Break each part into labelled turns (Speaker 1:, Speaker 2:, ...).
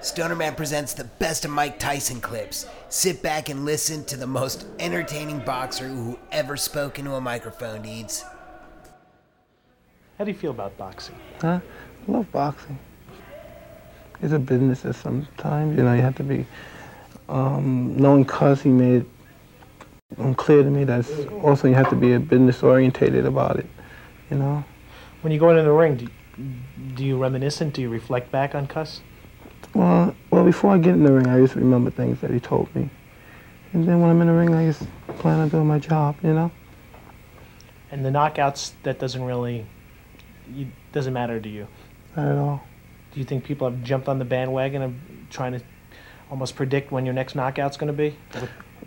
Speaker 1: Stonerman presents the best of Mike Tyson clips. Sit back and listen to the most entertaining boxer who ever spoke into a microphone, Deeds.
Speaker 2: How do you feel about boxing?
Speaker 3: Huh? I love boxing. It's a business at some times, you know, you have to be. Um, knowing cause he made um, clear to me that also you have to be a business orientated about it, you know?
Speaker 2: When you go into the ring, do, do you reminisce and do you reflect back on Cuss?
Speaker 3: Well, well, before I get in the ring, I used to remember things that he told me. And then when I'm in the ring, I just plan on doing my job, you know?
Speaker 2: And the knockouts, that doesn't really, you, doesn't matter to you.
Speaker 3: Not at all.
Speaker 2: Do you think people have jumped on the bandwagon of trying to almost predict when your next knockout's going to be?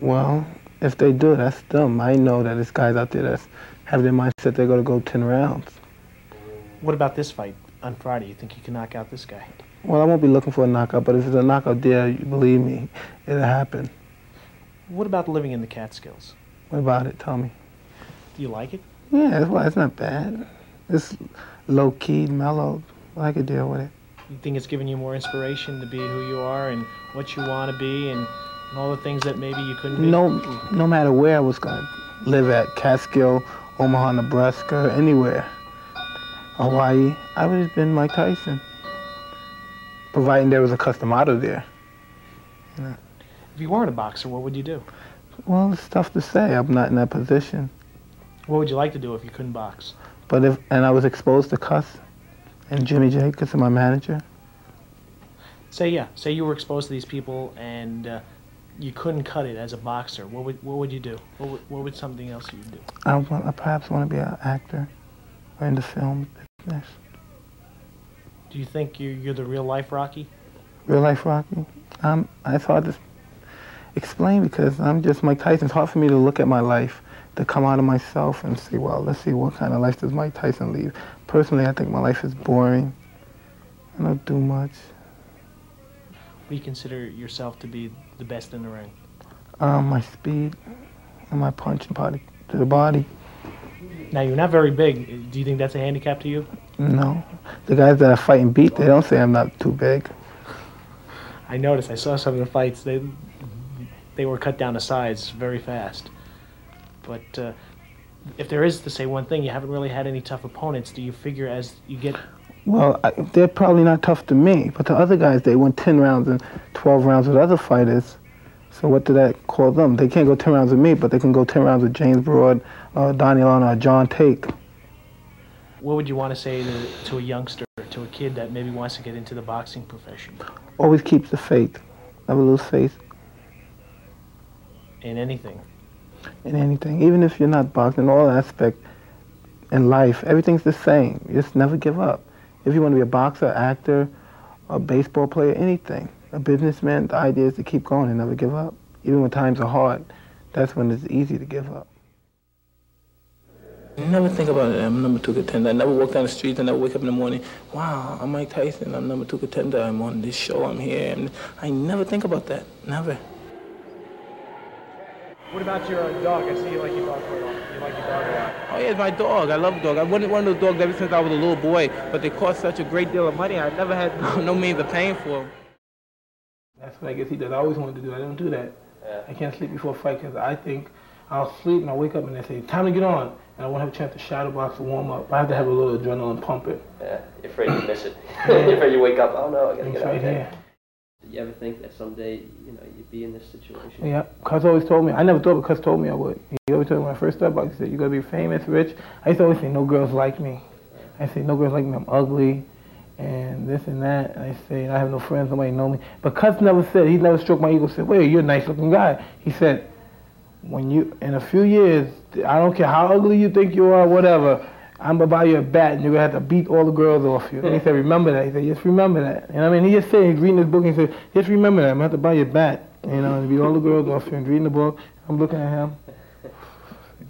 Speaker 3: Well, if they do, that's dumb. I know that there's guys out there that have their mindset they're going to go 10 rounds.
Speaker 2: What about this fight on Friday? You think you can knock out this guy?
Speaker 3: Well, I won't be looking for a knockout, but if it's a knockout there, you believe me, it'll happen.
Speaker 2: What about living in the Catskills?
Speaker 3: What about it? Tell me.
Speaker 2: Do you like it?
Speaker 3: Yeah, it's, well, it's not bad. It's low key, mellow. I could deal with it.
Speaker 2: You think it's given you more inspiration to be who you are and what you want to be and, and all the things that maybe you couldn't be?
Speaker 3: No, no matter where I was going to live at, Catskill, Omaha, Nebraska, anywhere, Hawaii, I would have been Mike Tyson, providing there was a custom auto there.
Speaker 2: If you weren't a boxer, what would you do?
Speaker 3: Well, it's tough to say. I'm not in that position.
Speaker 2: What would you like to do if you couldn't box?
Speaker 3: But if, and I was exposed to Cuss and Jimmy Jacobs and my manager.
Speaker 2: Say yeah. Say you were exposed to these people and uh, you couldn't cut it as a boxer. What would what would you do? What would, what would something else you do?
Speaker 3: I, want, I perhaps want to be an actor or in the film business.
Speaker 2: Do you think you're, you're the real life Rocky?
Speaker 3: Real life Rocky. Um, it's hard to explain because I'm just Mike Tyson. It's hard for me to look at my life, to come out of myself and say, well, let's see what kind of life does Mike Tyson lead. Personally, I think my life is boring. I don't do much.
Speaker 2: Do you consider yourself to be the best in the ring?
Speaker 3: Um, my speed and my punching body to the body.
Speaker 2: Now you're not very big. Do you think that's a handicap to you?
Speaker 3: No, the guys that I fight and beat, they don't say I'm not too big.
Speaker 2: I noticed. I saw some of the fights. They they were cut down to size very fast. But uh, if there is to say one thing, you haven't really had any tough opponents. Do you figure as you get
Speaker 3: Well, I, they're probably not tough to me, but the other guys, they went 10 rounds and 12 rounds with other fighters. So what did that call them? They can't go 10 rounds with me, but they can go 10 rounds with James Broad, uh, Donnie Lana, or John Take.
Speaker 2: what would you want to say to, to a youngster, to a kid that maybe wants to get into the boxing profession
Speaker 3: Always keep the faith. Never lose faith
Speaker 2: in anything?
Speaker 3: in anything. Even if you're not boxing, all aspect in life, everything's the same. You just never give up. If you want to be a boxer, actor, a baseball player, anything, a businessman, the idea is to keep going and never give up. Even when times are hard, that's when it's easy to give up. I never think about it. I'm number two contender. I never walk down the street and I wake up in the morning. Wow, I'm Mike Tyson. I'm number two contender. I'm on this show. I'm here. And I never think about that. Never.
Speaker 2: What about your dog? I see you like your dog quite a lot. You like your dog a lot.
Speaker 3: Oh yeah, it's my dog. I love dog. I wanted one of those dogs ever since I was a little boy, but they cost such a great deal of money. I never had no, no means of paying for them. That's what I guess he does. I always wanted to do. that. I don't do that. I can't sleep before a fight because I think I'll sleep and I wake up and they say time to get on, and I won't have a chance to shadow box or warm up. I have to have a little adrenaline pump it.
Speaker 4: Yeah, you're afraid you miss it. you're afraid you wake up. Oh no, I gotta
Speaker 3: It's
Speaker 4: get out
Speaker 3: right
Speaker 4: of there.
Speaker 3: here.
Speaker 4: Did you ever think that someday, you know, you'd be in this situation?
Speaker 3: Yeah, Cuz always told me. I never thought, but Cuz told me I would. He always told me when I first started boxing, he said, "You gotta be famous, rich." I used to always say, "No girls like me." I say, "No girls like me. I'm ugly, and this and that." And I say, "I have no friends. Nobody know me." But Cuz never said. He never stroked my ego. Said, "Wait, you're a nice-looking guy." He said, "When you in a few years, I don't care how ugly you think you are, whatever." I'm gonna buy you a bat, and you're gonna have to beat all the girls off you. And he said, "Remember that." He said, "Just remember that." You know what I mean? He just said, he's reading this book, and he said, "Just remember that. I'm gonna have to buy you a bat." You know, and beat all the girls off you. And reading the book, I'm looking at him.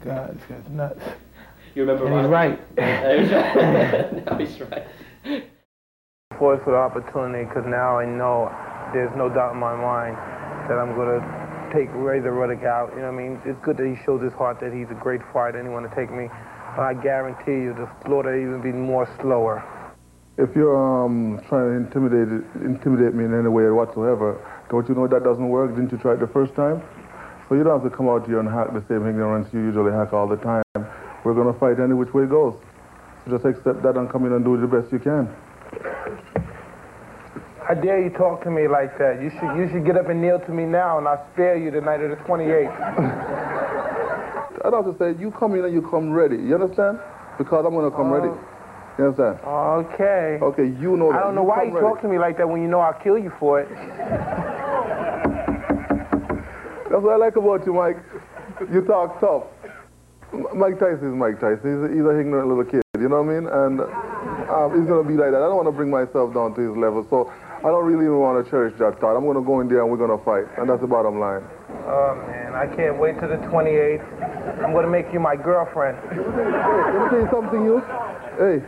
Speaker 3: God, this guy's nuts.
Speaker 4: You remember
Speaker 3: And he's
Speaker 4: Rocky?
Speaker 3: right.
Speaker 4: Yeah, he's right. no, he's right.
Speaker 3: forward for the opportunity because now I know there's no doubt in my mind that I'm going to take Razor Ruddock out. You know what I mean? It's good that he shows his heart that he's a great fighter and he want to take me. But I guarantee you the slaughter even be more slower.
Speaker 5: If you're um, trying to intimidate intimidate me in any way whatsoever, don't you know that doesn't work? Didn't you try it the first time? So you don't have to come out here and hack the same ignorance you usually hack all the time. We're gonna fight any which way it goes. So just accept that and come in and do the best you can.
Speaker 6: I dare you talk to me like that. You should you should get up and kneel to me now, and I'll spare you the night of the 28th.
Speaker 5: I'd also say you come in and you come ready. You understand? Because I'm gonna come ready. You understand?
Speaker 6: Okay.
Speaker 5: Okay, you know that.
Speaker 6: I don't know why you
Speaker 5: come ready.
Speaker 6: talk to me like that when you know I'll kill you for it.
Speaker 5: That's what I like about you, Mike. You talk tough. M- Mike Tyson is Mike Tyson. He's a, he's an ignorant little kid, you know what I mean? And um, he's going to be like that. I don't want to bring myself down to his level, so I don't really even want to cherish that thought. I'm going to go in there and we're going to fight, and that's the bottom line.
Speaker 6: Oh man, I can't wait till the 28th. I'm gonna make you my girlfriend.
Speaker 5: Let me tell you something, you. Hey.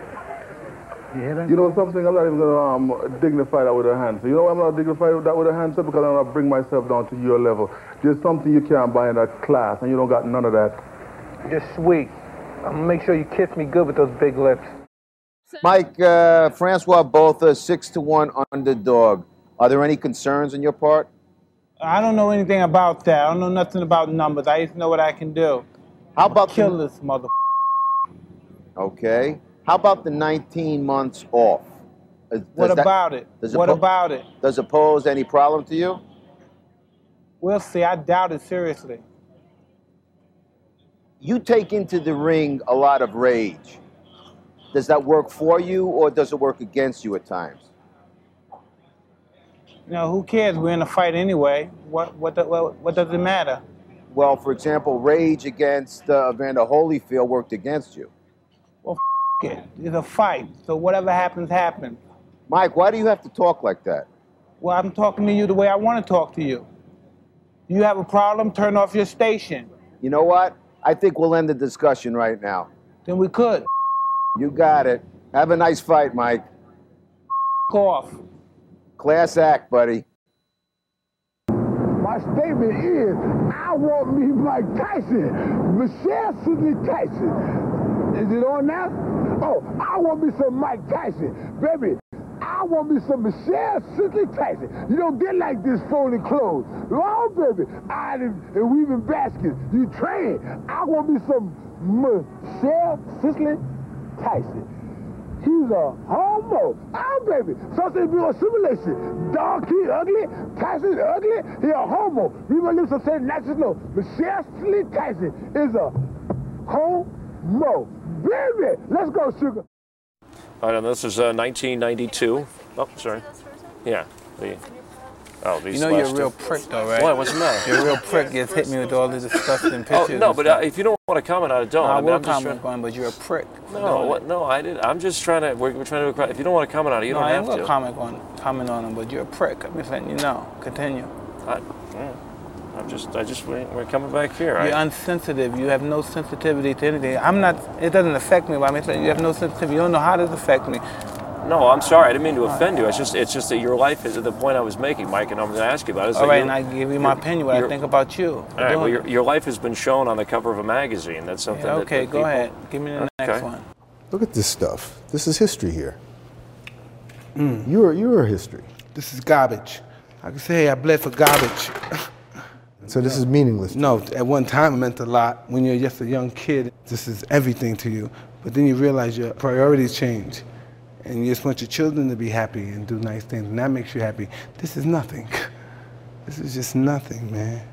Speaker 5: You know something? I'm not even gonna um, dignify that with a hand. So you know why I'm not dignified with that with a hand, sir? Because I'm gonna bring myself down to your level. There's something you can't buy in that class, and you don't got none of that.
Speaker 6: You're sweet. I'm gonna make sure you kiss me good with those big lips.
Speaker 7: Mike, uh, Francois Botha, six to one underdog. Are there any concerns on your part?
Speaker 8: I don't know anything about that. I don't know nothing about numbers. I just know what I can do.
Speaker 7: How about the-
Speaker 8: Kill this mother.
Speaker 7: Okay. How about the 19 months off? Uh, Does
Speaker 8: What
Speaker 7: that-
Speaker 8: about it?
Speaker 7: does it
Speaker 8: What
Speaker 7: po-
Speaker 8: about it?
Speaker 7: Does it pose any problem to you?
Speaker 8: We'll see. I doubt it seriously.
Speaker 7: You take into the ring a lot of rage. Does that work for you or does it work against you at times?
Speaker 8: You know, who cares? We're in a fight anyway. What what the, what, what does it matter?
Speaker 7: Well, for example, rage against uh, Evander Holyfield worked against you.
Speaker 8: F- it. It's a fight. So whatever happens, happens.
Speaker 7: Mike, why do you have to talk like that?
Speaker 8: Well, I'm talking to you the way I want to talk to you. You have a problem? Turn off your station.
Speaker 7: You know what? I think we'll end the discussion right now.
Speaker 8: Then we could F-
Speaker 7: You got it. Have a nice fight, Mike.
Speaker 8: off.
Speaker 7: Class act, buddy.
Speaker 3: My statement is, I want me Mike Tyson, Michelle Sidney Tyson. Is it on now? Oh, I want me some Mike Tyson, baby. I want me some Michelle Sidney Tyson. You don't get like this phony clothes. Long, baby. I and, and weaving baskets. You train. I want me some Michelle Sidney Tyson. He's a homo. Oh, baby. Sausage be on simulation. Dog, he ugly. Tyson ugly. He a homo. We gonna live some say natural. No. Michelle Slee Tyson is a homo. Baby, let's go, sugar.
Speaker 9: All right, and this is uh, 1992. Oh, sorry. Yeah. The, oh, these
Speaker 4: You know you're
Speaker 9: last
Speaker 4: a
Speaker 9: two.
Speaker 4: real prick though, right?
Speaker 9: Why? What's the matter?
Speaker 4: You're a real prick. You just hit me with all the disgusting
Speaker 9: Oh,
Speaker 4: pictures.
Speaker 9: no,
Speaker 4: and
Speaker 9: but
Speaker 4: stuff.
Speaker 9: uh, if you don't want to comment, I don't.
Speaker 4: No, I
Speaker 9: mean,
Speaker 4: will
Speaker 9: I'm just
Speaker 4: comment on, it, but you're a prick. for
Speaker 9: Trying,
Speaker 4: doing
Speaker 9: no,
Speaker 4: it.
Speaker 9: what, no, I didn't. I'm just trying to. We're, we're trying to. If you don't want to comment on it, you
Speaker 4: No,
Speaker 9: don't
Speaker 4: I
Speaker 9: have
Speaker 4: ain't gonna
Speaker 9: to.
Speaker 4: comment on comment on him, but you're a prick. I'm just letting you know. Continue.
Speaker 9: I, yeah, I'm just. I just. we- We're coming back here.
Speaker 4: You're
Speaker 9: I,
Speaker 4: unsensitive. You have no sensitivity to anything. I'm not. It doesn't affect me, but I'm just saying you have no sensitivity. You don't know how this affects me.
Speaker 9: no, I'm sorry. I didn't mean to offend you. It's just. It's just that your life is at the point I was making, Mike, and I'm going to ask you about it. It's
Speaker 4: All
Speaker 9: that
Speaker 4: right,
Speaker 9: you-
Speaker 4: and I give you my
Speaker 9: you're-
Speaker 4: opinion. What I
Speaker 9: you're-
Speaker 4: think about you.
Speaker 9: All right. Well, your, your life has been shown on the cover of a magazine. That's something. that-
Speaker 4: okay,
Speaker 9: that
Speaker 4: go
Speaker 9: people-
Speaker 4: ahead. Give me the next
Speaker 9: Okay.
Speaker 4: one.
Speaker 10: Look at this stuff. This is history here. You're, you're history.
Speaker 3: This is garbage. I can say, hey, I bled for garbage.
Speaker 10: So this is meaningless.
Speaker 3: No, at one time it meant a lot. When you're just a young kid, this is everything to you. But then you realize your priorities change. And you just want your children to be happy and do nice things, and that makes you happy. This is nothing. This is just nothing, man.